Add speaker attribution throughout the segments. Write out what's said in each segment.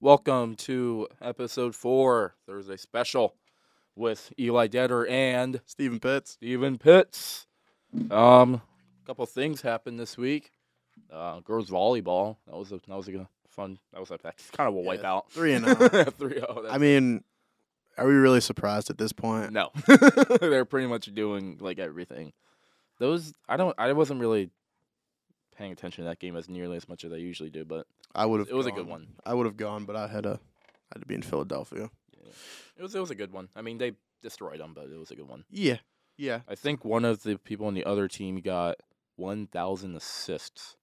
Speaker 1: Welcome to episode four, Thursday special, with Eli Deader and
Speaker 2: Stephen Pitts.
Speaker 1: Steven Pitts. Um, a couple things happened this week. Uh, girls volleyball. That was a, that was a good- fun. That was a, that's kind of a
Speaker 2: Yeah,
Speaker 1: wipeout.
Speaker 2: three and oh.
Speaker 1: three oh.
Speaker 2: I mean, are we really surprised at this point?
Speaker 1: No,
Speaker 2: uh,
Speaker 1: they're pretty much doing like everything. Those I don't. I wasn't really paying attention to that game as nearly as much as I usually do, but
Speaker 2: I would have.
Speaker 1: It was a good one.
Speaker 2: I would have gone, but I had a. I had to be in Philadelphia.
Speaker 1: it was it was a good one. I mean, they destroyed them, but it was a good one.
Speaker 2: Yeah, yeah.
Speaker 1: I think one of the people on the other team got one thousand assists.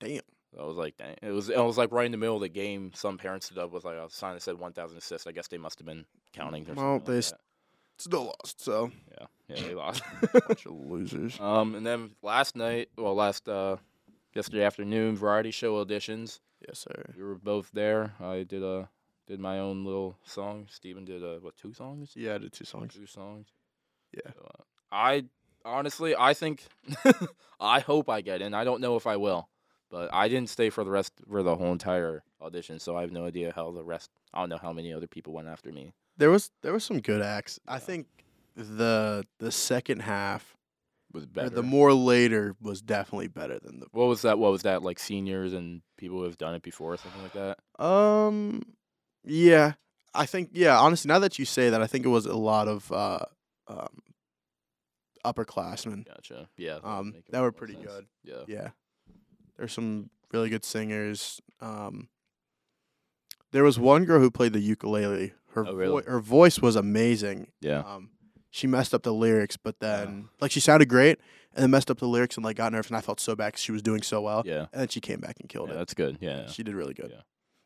Speaker 2: Damn.
Speaker 1: I was like, dang. It was it was like right in the middle of the game. Some parents stood up with like a sign that said one thousand assists. I guess they must have been counting. Or
Speaker 2: Well,
Speaker 1: something
Speaker 2: they
Speaker 1: like
Speaker 2: s- Still lost. So
Speaker 1: that. yeah yeah they lost.
Speaker 2: bunch of losers.
Speaker 1: Um, and then last night, well, last uh, yesterday afternoon, variety show auditions.
Speaker 2: Yes, sir.
Speaker 1: We were both there. I did a did my own little song. Steven did a what two songs?
Speaker 2: Yeah, I did two songs.
Speaker 1: Two songs.
Speaker 2: Yeah.
Speaker 1: So, uh, I honestly, I think, I hope I get in. I don't know if I will, but I didn't stay for the rest for the whole entire audition, so I have no idea how the rest. I don't know how many other people went after me.
Speaker 2: There was there was some good acts. I
Speaker 1: Yeah.
Speaker 2: think the the second half,
Speaker 1: Was
Speaker 2: or
Speaker 1: better.
Speaker 2: the more later, was definitely better than the
Speaker 1: what was that? What was that like? Seniors and people who have done it before, or something like that.
Speaker 2: Um, yeah, I think yeah. Honestly, now that you say that, I think it was a lot of uh, um, upperclassmen.
Speaker 1: Gotcha. Yeah. that would
Speaker 2: Um,
Speaker 1: make it
Speaker 2: that
Speaker 1: make
Speaker 2: were
Speaker 1: more
Speaker 2: pretty
Speaker 1: sense.
Speaker 2: good.
Speaker 1: Yeah.
Speaker 2: Yeah, there's some really good singers. Um, there was one girl who played the ukulele. Her
Speaker 1: Oh, really?
Speaker 2: her voice was amazing.
Speaker 1: Yeah.
Speaker 2: Um, she messed up the lyrics, but
Speaker 1: Yeah.
Speaker 2: then like she sounded great, and then messed up the lyrics and like got nervous, and I felt so bad 'cause she was doing so well,
Speaker 1: Yeah.
Speaker 2: and then she came back and Uh, killed
Speaker 1: yeah
Speaker 2: it.
Speaker 1: that's good. Yeah.
Speaker 2: She did really good.
Speaker 1: Yeah.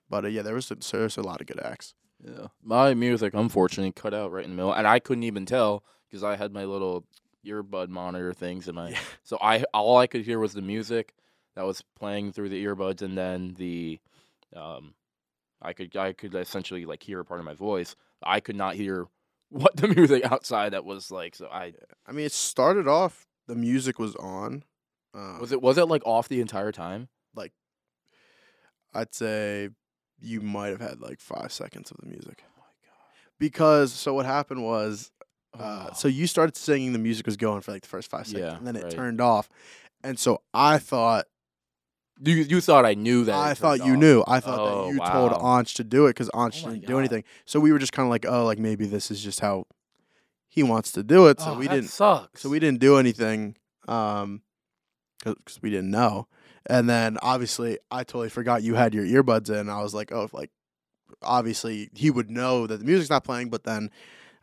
Speaker 2: But uh, yeah, there was a, so there's a lot of good acts.
Speaker 1: Yeah. My music, unfortunately, cut out right in the middle, and I couldn't even tell because I had my little earbud monitor things in my.
Speaker 2: Yeah.
Speaker 1: So I all I could hear was the music that was playing through the earbuds, and then the, um, I could I could essentially like hear a part of my voice. I could not hear what the music outside that was like. So I
Speaker 2: I mean, it started off the music was on. Um,
Speaker 1: was it was it like off the entire time.
Speaker 2: I'd say you might have had like five seconds of the music
Speaker 1: Oh my
Speaker 2: because so what happened was uh,
Speaker 1: Oh.
Speaker 2: so you started singing the music was going for like the first five seconds
Speaker 1: Yeah,
Speaker 2: and then it
Speaker 1: right.
Speaker 2: turned off, and so I thought
Speaker 1: You you thought I knew that. it
Speaker 2: I
Speaker 1: turned
Speaker 2: thought you
Speaker 1: off.
Speaker 2: knew I thought
Speaker 1: Oh,
Speaker 2: that you told
Speaker 1: wow.
Speaker 2: Anch to do it because Anch
Speaker 1: Oh my
Speaker 2: didn't do
Speaker 1: God.
Speaker 2: anything. So we were just kind of like oh like maybe this is just how he wants to do it. So
Speaker 1: Oh,
Speaker 2: we
Speaker 1: that
Speaker 2: didn't
Speaker 1: Sucks.
Speaker 2: So we didn't do anything um because we didn't know. And then obviously, I totally forgot you had your earbuds in. I was like, oh, like obviously he would know that the music's not playing. But then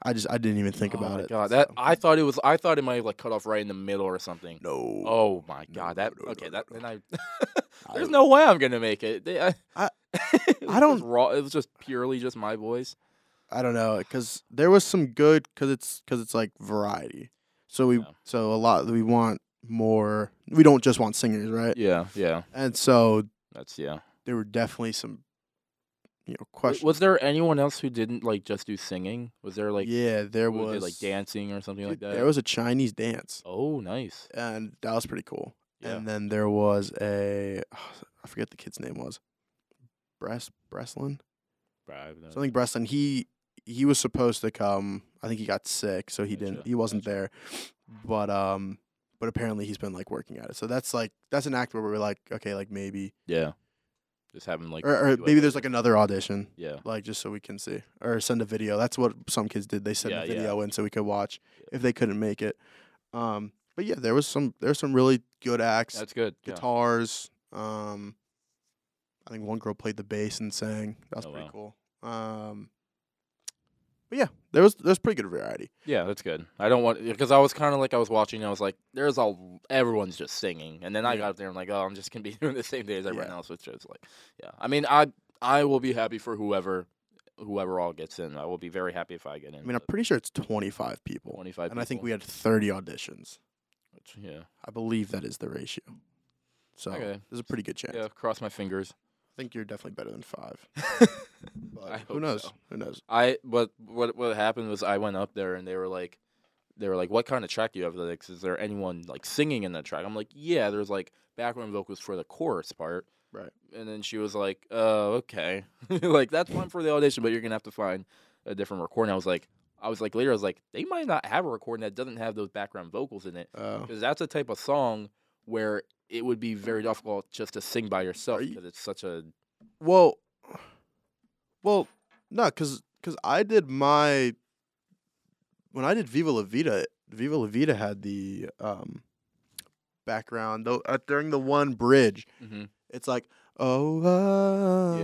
Speaker 2: I just I didn't even think
Speaker 1: Oh
Speaker 2: about
Speaker 1: my
Speaker 2: it.
Speaker 1: God, that
Speaker 2: so-
Speaker 1: I thought it was. I thought it might have like cut off right in the middle or something.
Speaker 2: no.
Speaker 1: Oh my
Speaker 2: No,
Speaker 1: God,
Speaker 2: no,
Speaker 1: that
Speaker 2: no, no,
Speaker 1: okay.
Speaker 2: no,
Speaker 1: That
Speaker 2: no.
Speaker 1: then I.
Speaker 2: I-
Speaker 1: there's no way I'm gonna make it. They- I,
Speaker 2: I-
Speaker 1: it was
Speaker 2: I don't-
Speaker 1: Just raw. It was just purely just my voice.
Speaker 2: I don't know because there was some good because it's because it's like variety. So we
Speaker 1: Yeah.
Speaker 2: so a lot we want more. We don't just want singers, right?
Speaker 1: Yeah, yeah.
Speaker 2: And so
Speaker 1: That's yeah.
Speaker 2: there were definitely some you know
Speaker 1: W-
Speaker 2: questions.
Speaker 1: Was there anyone else who didn't like just do singing? Was there like
Speaker 2: yeah, there
Speaker 1: who
Speaker 2: was
Speaker 1: did, like dancing or something like
Speaker 2: Dude,
Speaker 1: that?
Speaker 2: There was a Chinese dance,
Speaker 1: oh, nice.
Speaker 2: and that was pretty cool.
Speaker 1: Yeah.
Speaker 2: And then there was a I forget the kid's name was, Bres Breslin
Speaker 1: Uh,
Speaker 2: something Breslin. He he was supposed to come. I think he got sick, so he didn't.
Speaker 1: Gotcha,
Speaker 2: He wasn't there, but um, but apparently he's been like working at it. So that's like that's an act where we're like, okay, like maybe
Speaker 1: yeah. Just having like
Speaker 2: or, or
Speaker 1: you
Speaker 2: maybe
Speaker 1: have,
Speaker 2: there's like another audition,
Speaker 1: yeah.
Speaker 2: like just so we can see or send a video. That's what some kids did. They sent
Speaker 1: Yeah,
Speaker 2: a
Speaker 1: yeah.
Speaker 2: video in so we could watch
Speaker 1: Yeah.
Speaker 2: if they couldn't make it. Um, but yeah, there was some there's some really good acts,
Speaker 1: That's good. yeah.
Speaker 2: guitars. Um, I think one girl played the bass and sang. That was
Speaker 1: Oh,
Speaker 2: pretty
Speaker 1: wow.
Speaker 2: cool. Um, but yeah, there was there's pretty good variety.
Speaker 1: Yeah, that's good. I don't want because I was kind of like I was watching. I was like, "There's a everyone's just singing," and then I
Speaker 2: Yeah.
Speaker 1: got up there. I'm like, "Oh, I'm just gonna be doing the same day as everyone
Speaker 2: Yeah.
Speaker 1: else," which is like, yeah. I mean, I I will be happy for whoever whoever all gets in. I will be very happy if I get in.
Speaker 2: I mean, I'm pretty sure it's 25 people,
Speaker 1: twenty five,
Speaker 2: and I think we had 30 auditions.
Speaker 1: yeah,
Speaker 2: I believe that is the ratio. So
Speaker 1: Okay.
Speaker 2: there's a pretty good chance.
Speaker 1: yeah. Cross my fingers.
Speaker 2: I think you're definitely better than five. But
Speaker 1: I
Speaker 2: who
Speaker 1: hope
Speaker 2: knows?
Speaker 1: so.
Speaker 2: Who knows?
Speaker 1: I but what what happened was I went up there and they were like they were like, What kind of track do you have? They're Like, is there anyone like singing in that track? I'm like, Yeah, there's like background vocals for the chorus part.
Speaker 2: Right.
Speaker 1: And then she was like, "Oh, okay. like that's fine for the audition, but you're gonna have to find a different recording." I was like, I was like later, I was like, they might not have a recording that doesn't have those background vocals in it
Speaker 2: Uh,
Speaker 1: because that's a type of song where it would be very difficult just to sing by yourself
Speaker 2: Are you-
Speaker 1: because it's such a
Speaker 2: well, well, no, because I did my when I did Viva La Vida. Viva La Vida had the um, background though uh, during the one bridge.
Speaker 1: mm-hmm,
Speaker 2: It's like oh,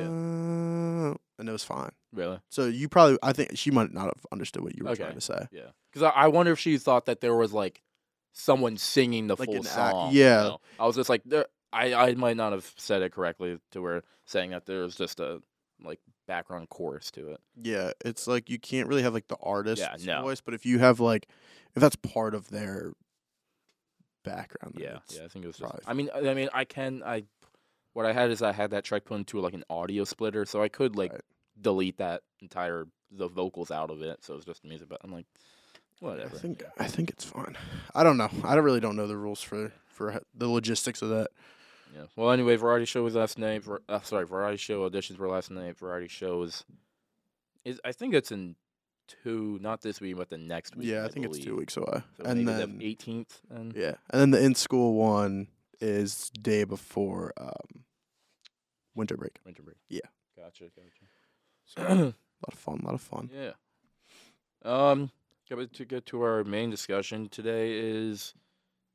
Speaker 2: uh, and it was fine.
Speaker 1: really.
Speaker 2: So you probably, I think she might not have understood what you were trying
Speaker 1: Okay.
Speaker 2: to say.
Speaker 1: Yeah, because I, I wonder if she thought that there was like someone singing the
Speaker 2: Like
Speaker 1: full
Speaker 2: an act-
Speaker 1: song.
Speaker 2: yeah.
Speaker 1: know? I was just like, there, I I might not have said it correctly to her, saying that there was just a like background chorus to it.
Speaker 2: Yeah, it's like you can't really have like the artist's
Speaker 1: no.
Speaker 2: voice, but if you have like, if that's part of their background, then
Speaker 1: Yeah,
Speaker 2: it's-
Speaker 1: yeah. I think it was. Just,
Speaker 2: probably-
Speaker 1: I mean, I I mean, I can. I what I had is I had that track put into like an audio splitter, so I could like
Speaker 2: Right.
Speaker 1: delete that entire the vocals out of it. So it was just music. But I'm like, whatever.
Speaker 2: I think I think it's fine. I don't know. I don't really don't know the rules for for h- the logistics of that.
Speaker 1: Yeah. Well, anyway, variety show was last night. Var- uh, sorry, variety show auditions were last night. Variety shows is I think it's in two, not this week, but the next week.
Speaker 2: Yeah, I think it's two
Speaker 1: believe.
Speaker 2: weeks away,
Speaker 1: So
Speaker 2: and
Speaker 1: maybe
Speaker 2: then
Speaker 1: the 18th. And
Speaker 2: yeah, and then the in school one is day before um, winter break.
Speaker 1: winter break.
Speaker 2: Yeah.
Speaker 1: Gotcha. Gotcha.
Speaker 2: So a lot of fun, a lot of fun.
Speaker 1: Yeah. Um, get back to get to our main discussion today is,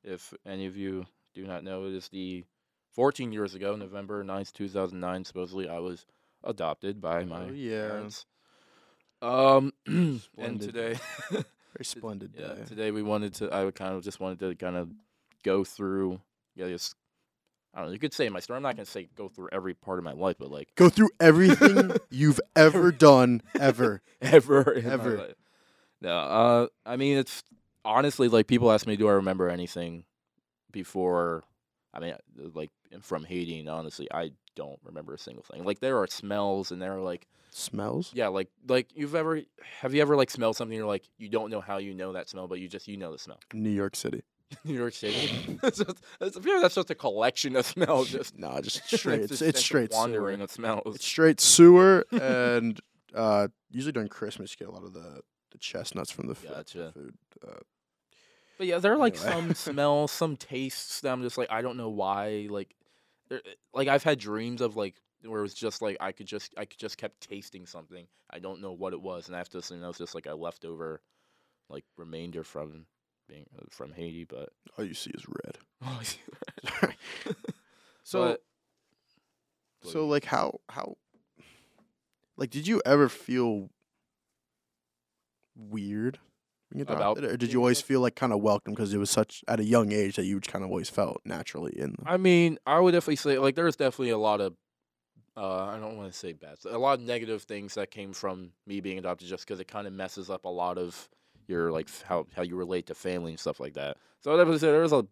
Speaker 1: if any of you do not know, it is the 14 years ago, November 9th, 2009. Supposedly, I was adopted by my
Speaker 2: Oh, yeah,
Speaker 1: parents. Um, and
Speaker 2: Splendid.
Speaker 1: today,
Speaker 2: very splendid
Speaker 1: yeah,
Speaker 2: day.
Speaker 1: today we wanted to. I would kind of just wanted to kind of go through. Yeah, just I don't know. You could say my story. I'm not gonna say go through every part of my life, but like
Speaker 2: Go through everything you've ever done ever.
Speaker 1: ever in my
Speaker 2: Ever.
Speaker 1: life. No, uh, I mean it's honestly like people ask me, do I remember anything before? I mean, uh, like from Haiti, and honestly, I don't remember a single thing. Like there are smells, and there are like
Speaker 2: Smells.
Speaker 1: yeah, like like you've ever have you ever like smelled something? You're like you don't know how you know that smell, but you just you know the smell.
Speaker 2: New York City.
Speaker 1: New York City. that's just, that's, I feel that's just a collection of smells. Oh, Just
Speaker 2: nah, just
Speaker 1: It's
Speaker 2: straight.
Speaker 1: just
Speaker 2: it's,
Speaker 1: sense
Speaker 2: it's
Speaker 1: of
Speaker 2: straight
Speaker 1: wandering
Speaker 2: sewer.
Speaker 1: of smells.
Speaker 2: It's straight sewer, and uh, usually during Christmas you get a lot of the, the chestnuts from the fu-
Speaker 1: Gotcha.
Speaker 2: food. Uh,
Speaker 1: But yeah, there are like
Speaker 2: Anyway.
Speaker 1: some smells, some tastes that I'm just like I don't know why. Like, there, like I've had dreams of like where it was just like I could just I could just kept tasting something. I don't know what it was, and I have to assume that was just like a leftover, like remainder from being from Haiti. But
Speaker 2: all you see is red. So
Speaker 1: But-
Speaker 2: so like how how like did you ever feel weird? When you got
Speaker 1: About
Speaker 2: adopted, or did
Speaker 1: being
Speaker 2: you always
Speaker 1: adopted?
Speaker 2: feel like kind of welcome because it was such at a young age that you kind of always felt naturally in the
Speaker 1: I mean, I would definitely say like there's definitely a lot of uh, I don't want to say bad, a lot of negative things that came from me being adopted, just because it kind of messes up a lot of your like f- how how you relate to family and stuff like that. So I definitely say there was a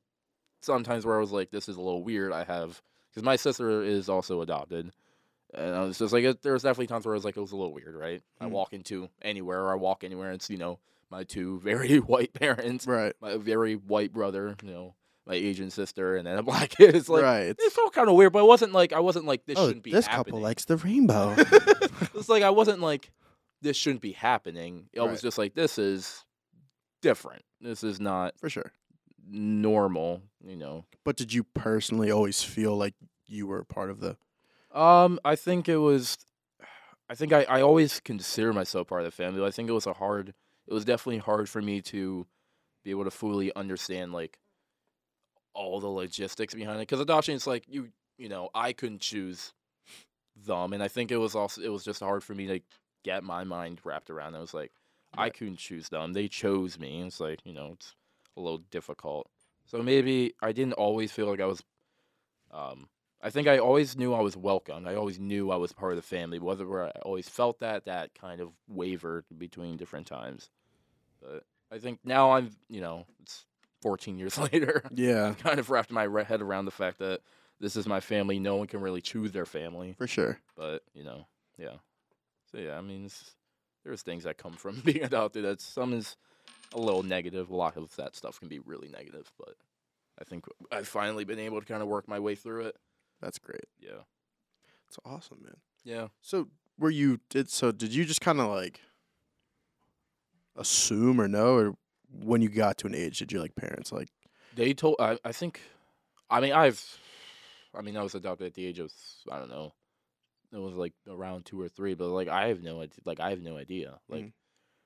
Speaker 1: sometimes where I was like, this is a little weird. I have because my sister is also adopted, and I was just like, it, there was definitely times where I was like, it was a little weird, right? I
Speaker 2: Mm.
Speaker 1: walk into anywhere, or I walk anywhere, and it's you know my two very white parents,
Speaker 2: right
Speaker 1: my very white brother, you know, my Asian sister, and then a black kid. It's like
Speaker 2: right.
Speaker 1: it felt kind of weird, but it wasn't like I wasn't like this
Speaker 2: oh,
Speaker 1: shouldn't be
Speaker 2: this couple oh.
Speaker 1: happening.
Speaker 2: likes the rainbow.
Speaker 1: it's like I wasn't like this shouldn't be happening. I
Speaker 2: Right.
Speaker 1: was just like this is different. This is not
Speaker 2: For sure.
Speaker 1: normal, you know.
Speaker 2: But did you personally always feel like you were a part of the
Speaker 1: Um, I think it was. I think I, I always consider myself part of the family. but I think it was a hard. It was definitely hard for me to be able to fully understand like all the logistics behind it because adoption is like you you know I couldn't choose them, and I think it was also it was just hard for me to get my mind wrapped around. I was like I
Speaker 2: Right.
Speaker 1: couldn't choose them; they chose me. It's like you know it's a little difficult. So maybe I didn't always feel like I was. Um, I think I always knew I was welcome. I always knew I was part of the family. Whether where I always felt that, that kind of wavered between different times. But I think now I'm, you know, it's 14 years later.
Speaker 2: Yeah,
Speaker 1: kind of wrapped my re- head around the fact that this is my family. No one can really choose their family.
Speaker 2: for sure.
Speaker 1: But you know, yeah. So yeah, I mean, it's, there's things that come from being adopted. That some is a little negative. A lot of that stuff can be really negative. But I think I've finally been able to kind of work my way through it.
Speaker 2: That's great.
Speaker 1: Yeah.
Speaker 2: That's awesome, man.
Speaker 1: Yeah.
Speaker 2: So were you did so did you just kind of like assume or know or when you got to an age did you like parents like
Speaker 1: They told. I, I think. I mean, I've. I mean, I was adopted at the age of I don't know. It was like around two or three, but like I have no idea. Like I have no idea. Like,
Speaker 2: Mm.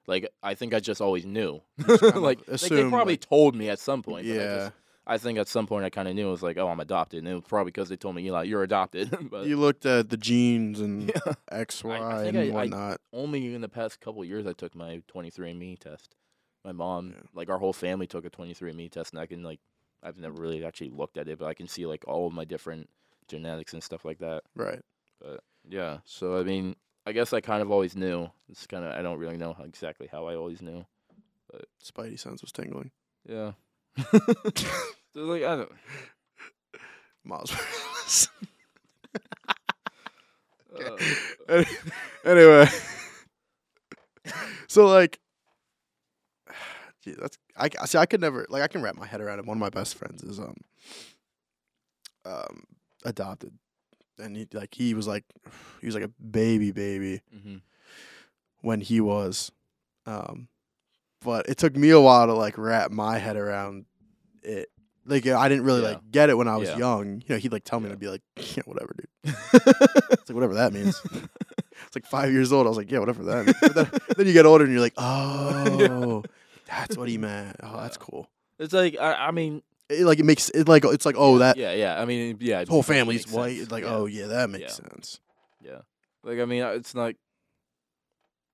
Speaker 1: like I think I just always knew.
Speaker 2: kind of
Speaker 1: like, like they
Speaker 2: assumed,
Speaker 1: probably
Speaker 2: like-
Speaker 1: told me at some point. but I
Speaker 2: yeah
Speaker 1: just- I, think at some point I kind of knew. It was like, oh, I'm adopted, and it was probably because they told me, Eli, you're adopted. but
Speaker 2: you looked at the genes and
Speaker 1: uh, yeah.
Speaker 2: X Y
Speaker 1: I think
Speaker 2: and
Speaker 1: I- I-
Speaker 2: whatnot
Speaker 1: only in the past couple years I took my 23andMe test. My mom,
Speaker 2: Yeah.
Speaker 1: like our whole family, took a 23andMe test, and I can like, I've never really actually looked at it, but I can see like all of my different genetics and stuff like that.
Speaker 2: right
Speaker 1: Yeah. So I mean, I guess I kind of always knew. It's kind of I don't really know how, exactly how I always knew.
Speaker 2: Spidey sense was tingling
Speaker 1: Yeah. So, like I don't.
Speaker 2: Miles Morales.
Speaker 1: Uh,
Speaker 2: Any- anyway, so like, gee, that's I I- see. I could never like I can wrap my head around it. One of my best friends is um um adopted, and he like he was like he was like a baby baby
Speaker 1: mhm.
Speaker 2: when he was, um, but it took me a while to like wrap my head around it. Like I didn't really
Speaker 1: Yeah.
Speaker 2: like get it when I was
Speaker 1: Yeah.
Speaker 2: young. You know, he'd like tell me,
Speaker 1: Yeah.
Speaker 2: and I'd be like, yeah, whatever, dude. It's like whatever that means. It's like five years old. I was like, yeah, whatever that. Means. But then, then you get older and you're like, oh, that's what he meant. Oh, that's
Speaker 1: Yeah.
Speaker 2: cool.
Speaker 1: It's like I, I mean,
Speaker 2: It, like it makes it like it's like oh that
Speaker 1: yeah, yeah. I mean, yeah. it
Speaker 2: whole
Speaker 1: makes- it
Speaker 2: family's
Speaker 1: makes
Speaker 2: white.
Speaker 1: sense.
Speaker 2: It's like
Speaker 1: Yeah.
Speaker 2: oh yeah, that makes
Speaker 1: Yeah.
Speaker 2: sense.
Speaker 1: Yeah. Like I mean, I- it's like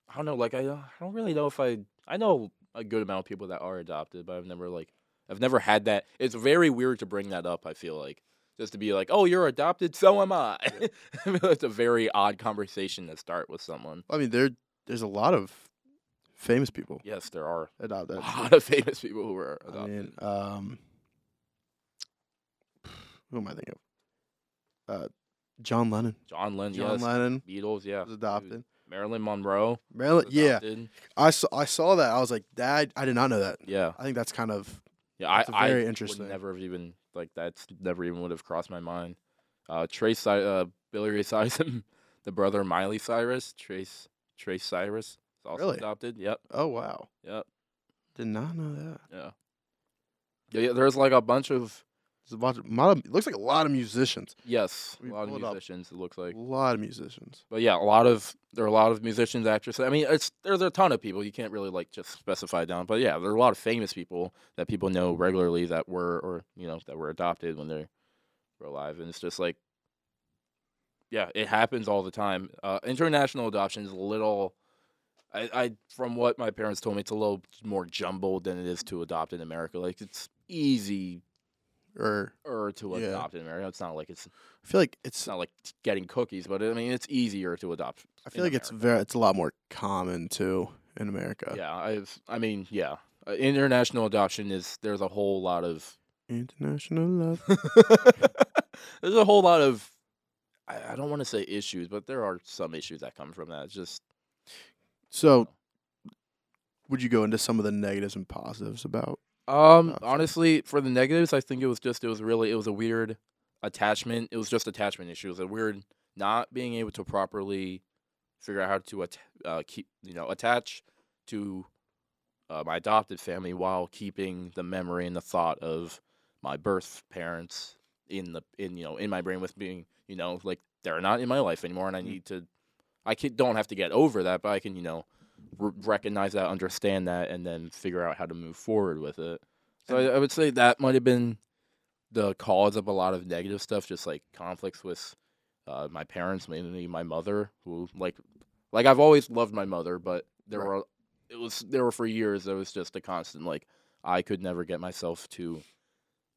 Speaker 1: I don't know. Like I, don't- I don't really know if I I know a good amount of people that are adopted, but I've never like I've never had that. It's very weird to bring that up. I feel like just to be like, oh, you're adopted, so am I. I mean, that's a very odd conversation to start with someone.
Speaker 2: I mean there there's a lot of famous people
Speaker 1: Yes, there are
Speaker 2: adopt
Speaker 1: a
Speaker 2: that.
Speaker 1: lot of famous people who are
Speaker 2: I
Speaker 1: adopted.
Speaker 2: mean, um, who am I thinking of? Uh, John Lennon.
Speaker 1: John Lennon,
Speaker 2: John
Speaker 1: yes.
Speaker 2: Lennon
Speaker 1: Beatles, yeah,
Speaker 2: was adopted.
Speaker 1: Marilyn Monroe,
Speaker 2: Marilyn,
Speaker 1: was
Speaker 2: yeah,
Speaker 1: adopted.
Speaker 2: I saw I saw that. I was like, that I did not know that.
Speaker 1: yeah.
Speaker 2: I think that's kind of
Speaker 1: Yeah, I,
Speaker 2: That's
Speaker 1: I
Speaker 2: very
Speaker 1: would
Speaker 2: interesting.
Speaker 1: never have even like that's never even would have crossed my mind. Uh, Trace, Cy- uh, Billy Ray Cyrus, the brother of Miley Cyrus, Trace, Trace Cyrus, is also
Speaker 2: Really?
Speaker 1: adopted. Yep,
Speaker 2: oh wow.
Speaker 1: yep,
Speaker 2: Did not know that.
Speaker 1: yeah. yeah. yeah, There's like a bunch of
Speaker 2: There's a bunch of, lot of- it looks like a lot of musicians.
Speaker 1: yes, a
Speaker 2: Let me
Speaker 1: lot of
Speaker 2: pull it up.
Speaker 1: musicians. It looks like,
Speaker 2: a lot of musicians.
Speaker 1: but yeah, a lot of there are a lot of musicians, actresses. I mean, it's there's a ton of people. You can't really like just specify down, but yeah, there are a lot of famous people that people know regularly that were or you know that were adopted when they were alive, and it's just like. yeah, it happens all the time. Uh, international adoption is a little, I, I from what my parents told me, it's a little more jumbled than it is to adopt in America. Like it's easier
Speaker 2: Or
Speaker 1: to
Speaker 2: Yeah.
Speaker 1: adopt in America. It's not like it's, it's
Speaker 2: I feel like it's.
Speaker 1: not like t- getting cookies, but I mean it's easier to adopt.
Speaker 2: I
Speaker 1: in
Speaker 2: feel like it's
Speaker 1: America.
Speaker 2: very. It's a lot more common too in America.
Speaker 1: yeah. I've I mean yeah, Uh, international adoption is there's a whole lot of
Speaker 2: International love.
Speaker 1: there's a whole lot of I, I don't want to say issues, but there are some issues that come from that. It's just
Speaker 2: So, would you go into some of the negatives and positives about?
Speaker 1: Um,
Speaker 2: Gotcha.
Speaker 1: honestly, for the negatives, I think it was just it was really it was a weird attachment. It was just attachment issue. It was a weird not being able to properly figure out how to at- uh, keep you know attach to uh, my adopted family while keeping the memory and the thought of my birth parents in the in you know in my brain with being you know like they're not in my life anymore, and I
Speaker 2: Mm.
Speaker 1: need to I can, don't have to get over that, but I can you know r- recognize that, understand that, and then figure out how to move forward with it. So I, I would say that might have been the cause of a lot of negative stuff, just like conflicts with uh, my parents, mainly my mother, who like like I've always loved my mother, but there
Speaker 2: Right.
Speaker 1: were it was there were for years there was just a constant like I could never get myself to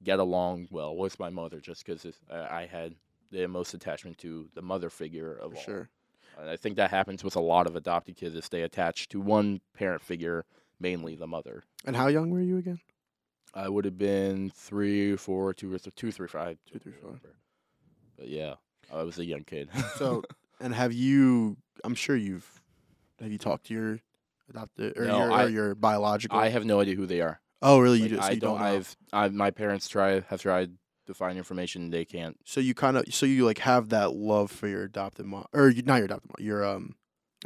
Speaker 1: get along well with my mother just because I I had the most attachment to the mother figure of
Speaker 2: For
Speaker 1: all.
Speaker 2: sure.
Speaker 1: And I think that happens with a lot of adopted kids is they attach to one parent figure, mainly the mother.
Speaker 2: And how young were you again?
Speaker 1: I would have been three, four, two or th- two, three, five,
Speaker 2: Two, three, five.
Speaker 1: remember. But yeah, I was a young kid.
Speaker 2: So, and have you? I'm sure you've. Have you talked to your adopted or,
Speaker 1: No,
Speaker 2: your,
Speaker 1: I-
Speaker 2: or your biological?
Speaker 1: I have no idea who they are.
Speaker 2: oh, really?
Speaker 1: Like,
Speaker 2: you just
Speaker 1: I
Speaker 2: you don't. know.
Speaker 1: I've I, my parents try have tried to find information they can't.
Speaker 2: So you kind of so you like have that love for your adopted mom or you- not your adopted mom, your um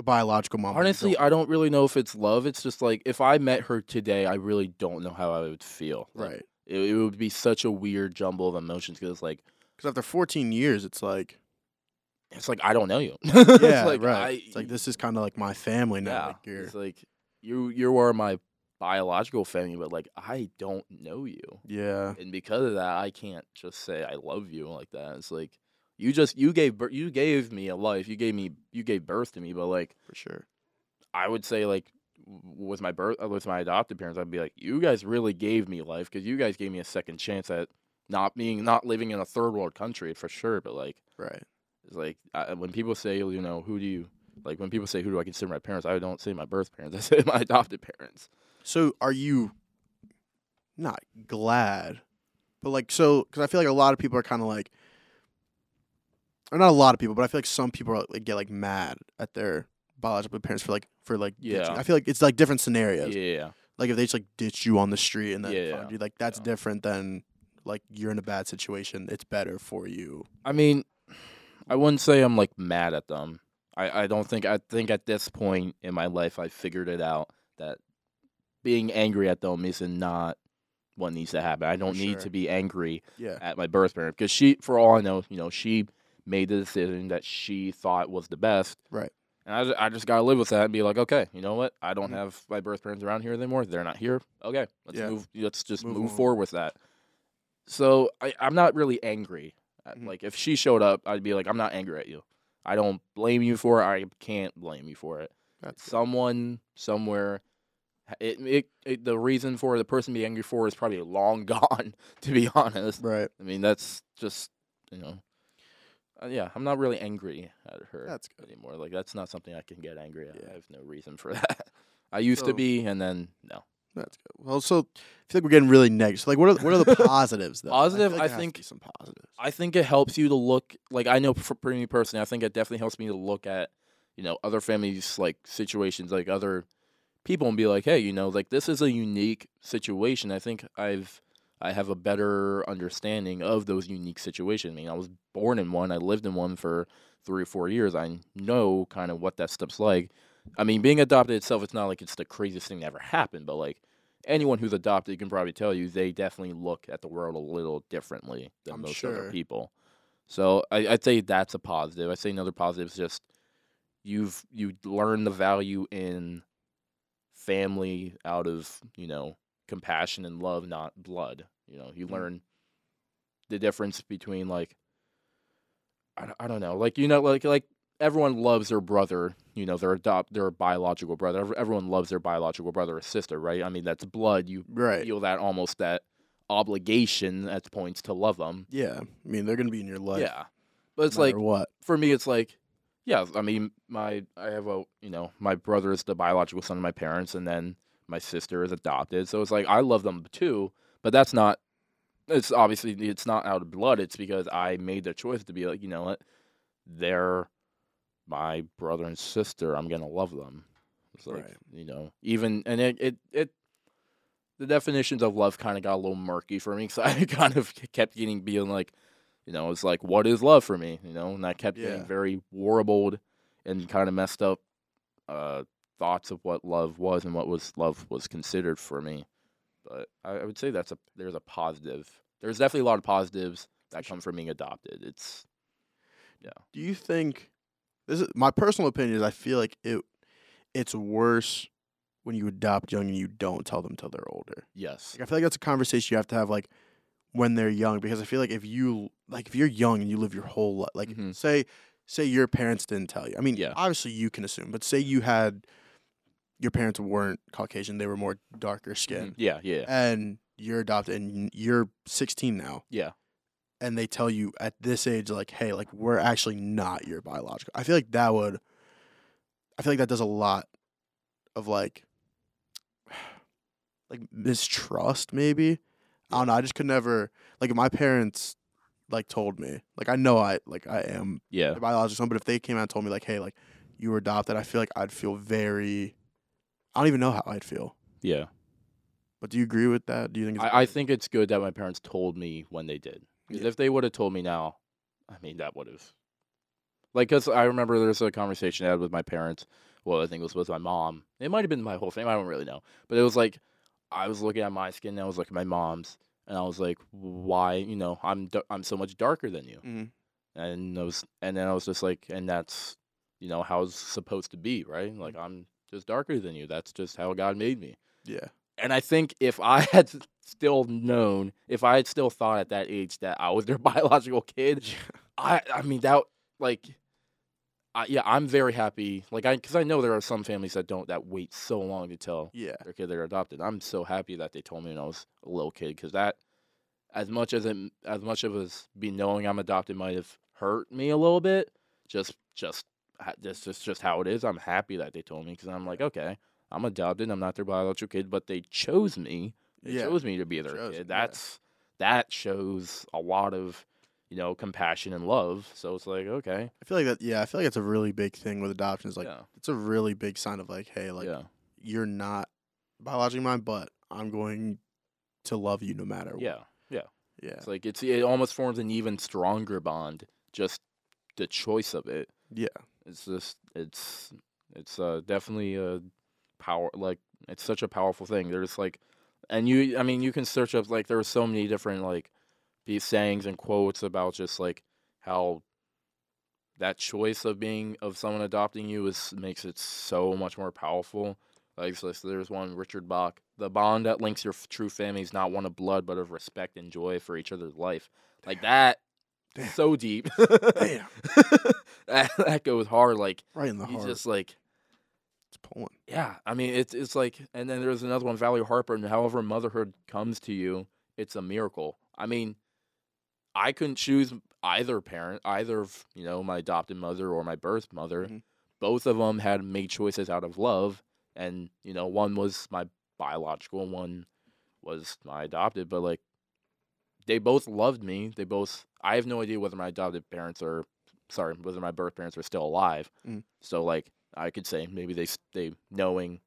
Speaker 2: biological mom. but you
Speaker 1: Honestly,
Speaker 2: don't-
Speaker 1: I don't really know if it's love. It's just like if I met her today, I really don't know how I would feel. Like,
Speaker 2: right.
Speaker 1: It, it would be such a weird jumble of emotions because like
Speaker 2: Cuz after 14 years it's like
Speaker 1: it's like I don't know you. it's
Speaker 2: yeah,
Speaker 1: like,
Speaker 2: right.
Speaker 1: I-
Speaker 2: it's like this is kind of like my family now.
Speaker 1: Yeah.
Speaker 2: Like you're,
Speaker 1: It's like you you are my biological family, but like I don't know you.
Speaker 2: yeah.
Speaker 1: and because of that, I can't just say I love you like that. It's like you just you gave bir- you gave me a life, you gave me you gave birth to me, but like
Speaker 2: for sure.
Speaker 1: I would say like w- with my birth uh, with my adopted parents, I'd be like you guys really gave me life because you guys gave me a second chance at not being not living in a third world country for sure, but like
Speaker 2: Right.
Speaker 1: it's like I, when people say you know who do you like when people say who do I consider my parents, I don't say my birth parents, I say my adopted parents.
Speaker 2: So are you not glad, but like so? Because I feel like a lot of people are kind of like, or not a lot of people, but I feel like some people are, like get like mad at their biological parents for like for like ditching.
Speaker 1: Yeah.
Speaker 2: I feel like it's like different scenarios.
Speaker 1: Yeah,
Speaker 2: Like if they just like ditch you on the street and then
Speaker 1: Yeah,
Speaker 2: find
Speaker 1: yeah.
Speaker 2: you, like that's
Speaker 1: Yeah.
Speaker 2: different than like you're in a bad situation. It's better for you.
Speaker 1: I mean, I wouldn't say I'm like mad at them. I, I don't think I think at this point in my life I figured it out that being angry at them is not what needs to happen. I don't need
Speaker 2: sure.
Speaker 1: to be angry
Speaker 2: Yeah.
Speaker 1: at my birth parent because she, for all I know, you know, she made the decision that she thought was the best.
Speaker 2: Right.
Speaker 1: And I, ju- I just gotta live with that and be like, okay, you know what? I don't
Speaker 2: Mhm.
Speaker 1: have my birth parents around here anymore. They're not here. Okay, let's
Speaker 2: Yeah.
Speaker 1: move. Let's just
Speaker 2: Move
Speaker 1: move,
Speaker 2: on.
Speaker 1: forward with that. So I, I'm not really angry. at-
Speaker 2: Mhm.
Speaker 1: Like if she showed up, I'd be like, I'm not angry at you. I don't blame you for it. I can't blame you for it.
Speaker 2: That's
Speaker 1: Someone somewhere. ha- It, it, it the reason for the person to be angry for is probably long gone. To be honest,
Speaker 2: right.
Speaker 1: I mean, that's just you know, uh, yeah. I'm not really angry at her
Speaker 2: That's good.
Speaker 1: anymore. Like that's not something I can get angry at.
Speaker 2: Yeah.
Speaker 1: I have no reason for that. I used
Speaker 2: So-
Speaker 1: to be, and then no.
Speaker 2: That's good. Well, so I feel like we're getting really negative. So, like, what are what are the positives though?
Speaker 1: Positive,
Speaker 2: feel
Speaker 1: I
Speaker 2: there has to
Speaker 1: think-
Speaker 2: be some positives.
Speaker 1: I think it helps you to look like I know for, for me personally. I think it definitely helps me to look at you know other families like situations like other people and be like, hey, you know, like this is a unique situation. I think I've I have a better understanding of those unique situations. I mean, I was born in one. I lived in one for three or four years. I know kind of what that stuff's like. I mean, being adopted itself, it's not like it's the craziest thing that ever happened, but like anyone who's adopted can probably tell you they definitely look at the world a little differently than
Speaker 2: I'm
Speaker 1: most
Speaker 2: sure.
Speaker 1: other people. So I, I'd say that's a positive. I'd say another positive is just you've you learn the value in family out of, you know, compassion and love, not blood. You know, you
Speaker 2: Mhm.
Speaker 1: learn the difference between like I don't, I don't know, like you know, like like everyone loves their brother, you know, their adopt their biological brother. Ev- Everyone loves their biological brother or sister, right? I mean, that's blood. You
Speaker 2: Right.
Speaker 1: feel that almost that obligation at points to love them.
Speaker 2: Yeah. I mean, they're gonna be in your life.
Speaker 1: yeah, but it's
Speaker 2: no
Speaker 1: like
Speaker 2: matter what.
Speaker 1: for me, it's like, yeah, I mean, my I have a you know my brother is the biological son of my parents, and then my sister is adopted, so it's like I love them too, but that's not. It's obviously it's not out of blood. It's because I made the choice to be like, you know what, they're my brother and sister. I'm gonna love them. It's like
Speaker 2: Right.
Speaker 1: you know, even and it it it. The definitions of love kind of got a little murky for me because I kind of kept getting being like, you know, it's like, what is love for me? You know, and I kept
Speaker 2: Yeah.
Speaker 1: getting very warbled and kind of messed up uh, thoughts of what love was and what was love was considered for me. But I, I would say that's a there's a positive. There's definitely a lot of positives that come from being adopted. It's
Speaker 2: Do you think this is my personal opinion? Is I feel like it it's worse when you adopt young and you don't tell them till they're older.
Speaker 1: yes,
Speaker 2: Like I feel like that's a conversation you have to have like when they're young because I feel like if you like if you're young and you live your whole life like
Speaker 1: Mhm.
Speaker 2: say say your parents didn't tell you. I mean,
Speaker 1: Yeah.
Speaker 2: obviously you can assume, but say you had your parents weren't Caucasian, they were more darker
Speaker 1: Mhm.
Speaker 2: skinned
Speaker 1: yeah, yeah,
Speaker 2: and you're adopted and you're 16 now
Speaker 1: yeah.
Speaker 2: and they tell you at this age like hey like we're actually not your biological i feel like that would i feel like that does a lot of like like mistrust maybe i don't know i just could never like if my parents like told me like i know i like i am
Speaker 1: yeah.
Speaker 2: their biological son but if they came out and told me like hey like you were adopted i feel like i'd feel very i don't even know how i'd feel
Speaker 1: yeah.
Speaker 2: but do you agree with that do you think it's
Speaker 1: I, I think it's good that my parents told me when they did. Because
Speaker 2: Yeah.
Speaker 1: if they would have told me now, I mean, that would have. Like, because I remember there's a conversation I had with my parents. Well, I think it was with my mom. It might have been my whole family. I don't really know. But it was like, I was looking at my skin and I was looking at my mom's. And I was like, why? You know, I'm, da- I'm so much darker than you.
Speaker 2: Mhm.
Speaker 1: And, I was, and then I was just like, and that's, you know, how it's supposed to be, right? Like, I'm just darker than you. That's just how God made me.
Speaker 2: Yeah.
Speaker 1: And I think if I had s- still known, if I had still thought at that age that I was their biological kid, I I mean that like, I, yeah, I'm very happy. Like I because I know there are some families that don't that wait so long to tell
Speaker 2: Yeah.
Speaker 1: their kid they're adopted. I'm so happy that they told me when I was a little kid because that, as much as it, as much of us be knowing I'm adopted might have hurt me a little bit. Just just ha- this is just how it is. I'm happy that they told me because I'm like okay, I'm adopted. I'm not their biological kid, but they chose me. They
Speaker 2: Yeah.
Speaker 1: chose me to be their
Speaker 2: Chose me, yeah.
Speaker 1: kid. That's that shows a lot of you know compassion and love. So it's like okay,
Speaker 2: I feel like that. Yeah, I feel like that's a really big thing with adoptions. Like,
Speaker 1: yeah,
Speaker 2: it's a really big sign of like, hey, like
Speaker 1: yeah,
Speaker 2: you're not biologically mine, but I'm going to love you no matter.
Speaker 1: yeah.
Speaker 2: What. Yeah.
Speaker 1: It's like it's it almost forms an even stronger bond. Just the choice of it.
Speaker 2: Yeah.
Speaker 1: It's just it's it's uh, definitely a power like it's such a powerful thing. There's like, and you I mean you can search up like there are so many different like these sayings and quotes about just like how that choice of being of someone adopting you is makes it so much more powerful. Like so there's one Richard Bach, the bond that links your f- true family is not one of blood but of respect and joy for each other's life. Like that,
Speaker 2: Damn.
Speaker 1: so deep.
Speaker 2: Damn.
Speaker 1: that, that goes hard. Like
Speaker 2: Right in the
Speaker 1: he's
Speaker 2: heart.
Speaker 1: just like,
Speaker 2: it's pulling.
Speaker 1: yeah. I mean, it's it's like, and then there's another one, Valerie Harper. And however motherhood comes to you, it's a miracle. I mean, I couldn't choose either parent, either of you know my adopted mother or my birth mother.
Speaker 2: Mhm.
Speaker 1: Both of them had made choices out of love, and you know, one was my biological, and one was my adopted. But like, they both loved me. They both. I have no idea whether my adopted parents are, sorry, whether my birth parents are still alive.
Speaker 2: Mm.
Speaker 1: So like, I could say maybe they s- they knowing,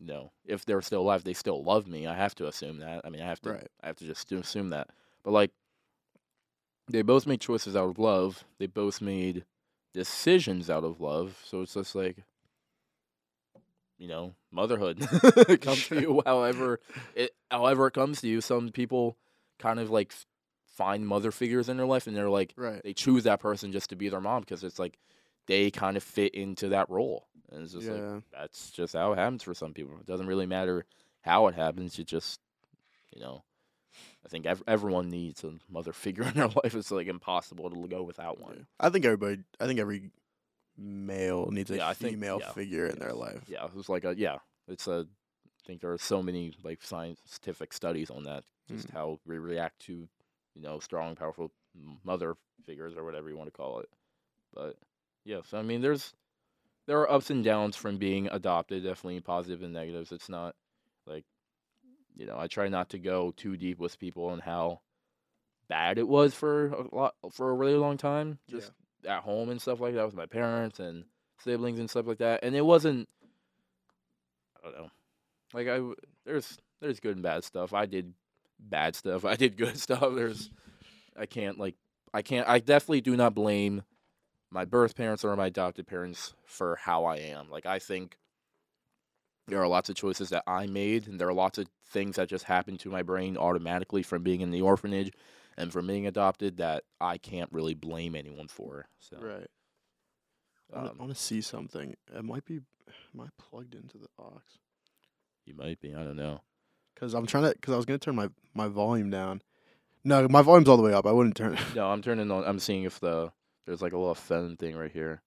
Speaker 1: no, if they're still alive, they still love me. I have to assume that. I mean, I have to.
Speaker 2: Right.
Speaker 1: I have to just assume that. But like, they both made choices out of love. They both made decisions out of love. So it's just like, you know, motherhood comes to you however it however it comes to you. Some people kind of like f- find mother figures in their life, and they're like
Speaker 2: Right.
Speaker 1: they choose that person just to be their mom because it's like they kind of fit into that role, and it's just like
Speaker 2: Yeah.
Speaker 1: that's just how it happens for some people. It doesn't really matter how it happens. It just, you know, I think ev- everyone needs a mother figure in their life. It's like impossible to go without
Speaker 2: Yeah.
Speaker 1: one.
Speaker 2: I think everybody. I think every male needs a
Speaker 1: Yeah, I think-
Speaker 2: female
Speaker 1: yeah,
Speaker 2: figure in their
Speaker 1: Yes.
Speaker 2: life.
Speaker 1: Yeah, it's like a yeah. It's a. I think there are so many like scientific studies on that, just
Speaker 2: Mm.
Speaker 1: how we react to, you know, strong, powerful m- mother figures or whatever you want to call it. But yeah, so I mean, there's there are ups and downs from being adopted, definitely positive and negatives. It's not like, you know, I try not to go too deep with people on how bad it was for a lot for a really long time,
Speaker 2: Yeah.
Speaker 1: just at home and stuff like that with my parents and siblings and stuff like that. And it wasn't, I don't know, like I w- there's there's good and bad stuff. I did bad stuff. I did good stuff. There's I can't like I can't I definitely do not blame my birth parents or my adopted parents for how I am. Like I think there are lots of choices that I made and there are lots of things that just happen to my brain automatically from being in the orphanage and from being adopted that I can't really blame anyone for. So
Speaker 2: Right. I
Speaker 1: um,
Speaker 2: want to see something. It might be. Am I plugged into the aux?
Speaker 1: you might be, I don't know.
Speaker 2: Because I'm trying to. Because I was gonna turn my my volume down. No, my volume's all the way up. I wouldn't turn.
Speaker 1: No, I'm turning on I'm seeing if the there's like a little phone thing right here.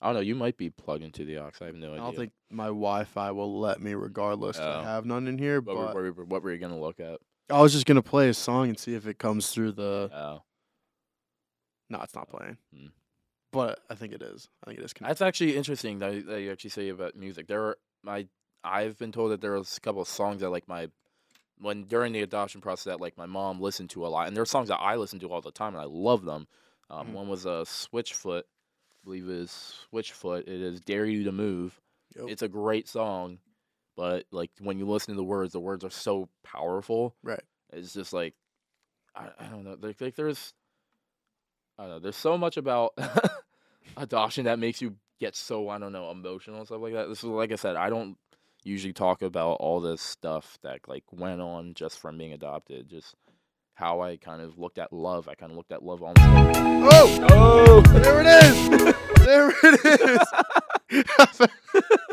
Speaker 1: I don't know, you might be plugged into the aux. I have no
Speaker 2: I
Speaker 1: idea.
Speaker 2: don't think my Wi-Fi will let me, regardless.
Speaker 1: Oh.
Speaker 2: I have none in here,
Speaker 1: what, were-
Speaker 2: but
Speaker 1: what, were, what were you gonna look at?
Speaker 2: I was just gonna play a song and see if it comes through the.
Speaker 1: Oh.
Speaker 2: No, it's not playing.
Speaker 1: Hmm.
Speaker 2: But I think it is. I think it is. Connected.
Speaker 1: That's actually interesting that, that you actually say about music. There are my I've been told that there was a couple of songs that like my when during the adoption process that like my mom listened to a lot, and there are songs that I listen to all the time and I love them. Um,
Speaker 2: Mm.
Speaker 1: One was a uh, Switchfoot, I believe it is Switchfoot. It is "Dare You to Move."
Speaker 2: Yep.
Speaker 1: It's a great song, but like when you listen to the words, the words are so powerful.
Speaker 2: Right.
Speaker 1: It's just like I, I don't know. Like, like there's, I don't know. There's so much about adoption that makes you get so I don't know emotional and stuff like that. This is like I said, I don't usually talk about all this stuff that like went on just from being adopted. Just how I kind of looked at love. I kind of looked at love almost. Like,
Speaker 2: Oh,
Speaker 1: oh,
Speaker 2: there it is. there it is.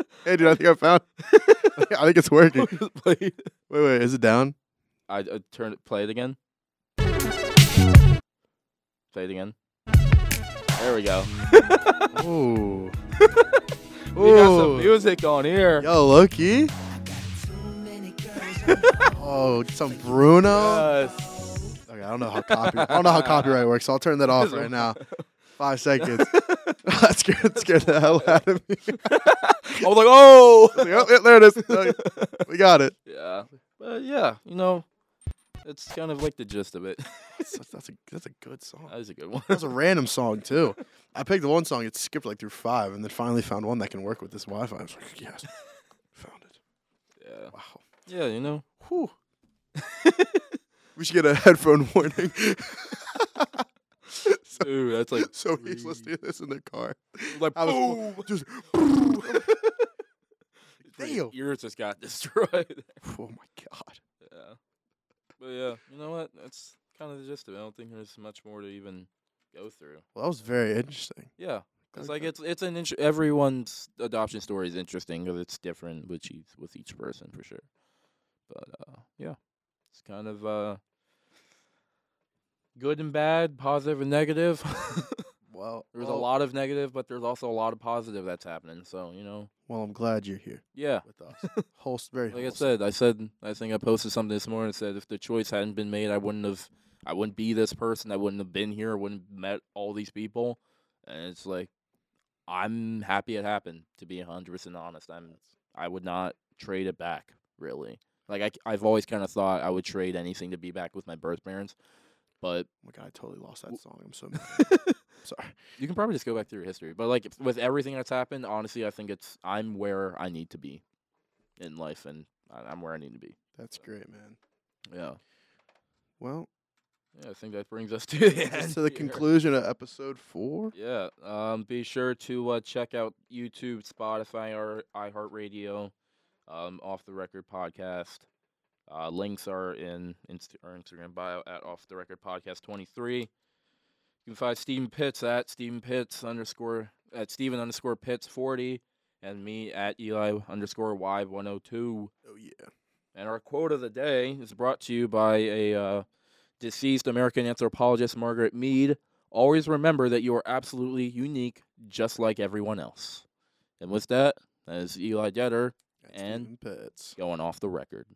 Speaker 2: hey, dude, I think I found. I think it's working.
Speaker 1: Play-
Speaker 2: Wait, wait, is it down?
Speaker 1: I uh, turn it. Play it again. Play it again. There we go.
Speaker 2: Ooh.
Speaker 1: We got some
Speaker 2: Ooh.
Speaker 1: music on here.
Speaker 2: Yo, Loki. oh, some Bruno.
Speaker 1: Yes.
Speaker 2: Okay, I don't know how copy. I don't know how copyright works, so I'll turn that off right now. Five seconds. that scared, scared the hell out of me.
Speaker 1: I was like, oh.
Speaker 2: Like, oh, yeah, there it is. Okay, We got it.
Speaker 1: Yeah. But yeah, you know, it's kind of like the gist of it.
Speaker 2: That's, that's a that's a good song.
Speaker 1: that was a good one.
Speaker 2: That was a random song too. I picked the one song. It skipped like through five, and then finally found one that can work with this Wi-Fi. I was like, yes, found it.
Speaker 1: Yeah.
Speaker 2: Wow.
Speaker 1: Yeah, you know.
Speaker 2: Whew. we should get a headphone warning. so,
Speaker 1: Ooh, that's like
Speaker 2: so he's
Speaker 1: three- Oh,
Speaker 2: listening to this in the Oh car.
Speaker 1: Like
Speaker 2: I was
Speaker 1: boom.
Speaker 2: just.
Speaker 1: Your
Speaker 2: Damn.
Speaker 1: ears just got destroyed.
Speaker 2: Oh my god.
Speaker 1: yeah. But yeah, you know what? That's kind of the gist of it. I don't think there's much more to even go through.
Speaker 2: Well, that was very interesting.
Speaker 1: Yeah. Cause like
Speaker 2: Okay.
Speaker 1: it's it's an int- everyone's adoption story is interesting because it's different with each with each person for sure, but uh, yeah, it's kind of uh, good and bad, positive and negative.
Speaker 2: Well,
Speaker 1: there's a
Speaker 2: well-
Speaker 1: lot of negative, but there's also a lot of positive that's happening. So you know,
Speaker 2: Well, I'm glad you're here
Speaker 1: yeah.
Speaker 2: with us. Holst, very
Speaker 1: Like I
Speaker 2: wholesome.
Speaker 1: said, I said I think I posted something this morning. I said if the choice hadn't been made, I wouldn't have, I wouldn't be this person. I wouldn't have been here. I wouldn't have met all these people. And it's like, I'm happy it happened. To be hundred percent honest, I'm. I would not trade it back. Really, like I, c- I've always kind of thought I would trade anything to be back with my birth parents. But
Speaker 2: Oh my god, I totally lost that song. I'm so mad. sorry.
Speaker 1: you can probably just go back through your history. But like with everything that's happened, honestly, I think it's I'm where I need to be in life, and I- I'm where I need to be.
Speaker 2: That's great, man.
Speaker 1: Yeah.
Speaker 2: Well,
Speaker 1: Yeah, I think that brings us to the,
Speaker 2: just
Speaker 1: end
Speaker 2: to the
Speaker 1: here.
Speaker 2: conclusion of episode four.
Speaker 1: Yeah, um, be sure to uh, check out YouTube, Spotify, or iHeartRadio, um, Off the Record Podcast. Uh, links are in Inst- our Instagram bio at Off the Record Podcast 23. You can find Steven Pitts at Steven Pitts underscore at Steven underscore Pitts 40 and me at Eli underscore Y 102.
Speaker 2: Oh yeah.
Speaker 1: And our quote of the day is brought to you by a uh, deceased American anthropologist, Margaret Mead. Always remember that you are absolutely unique, just like everyone else. And with that, that is Eli Detter
Speaker 2: That's
Speaker 1: And-
Speaker 2: Steven Pitts.
Speaker 1: going off the record.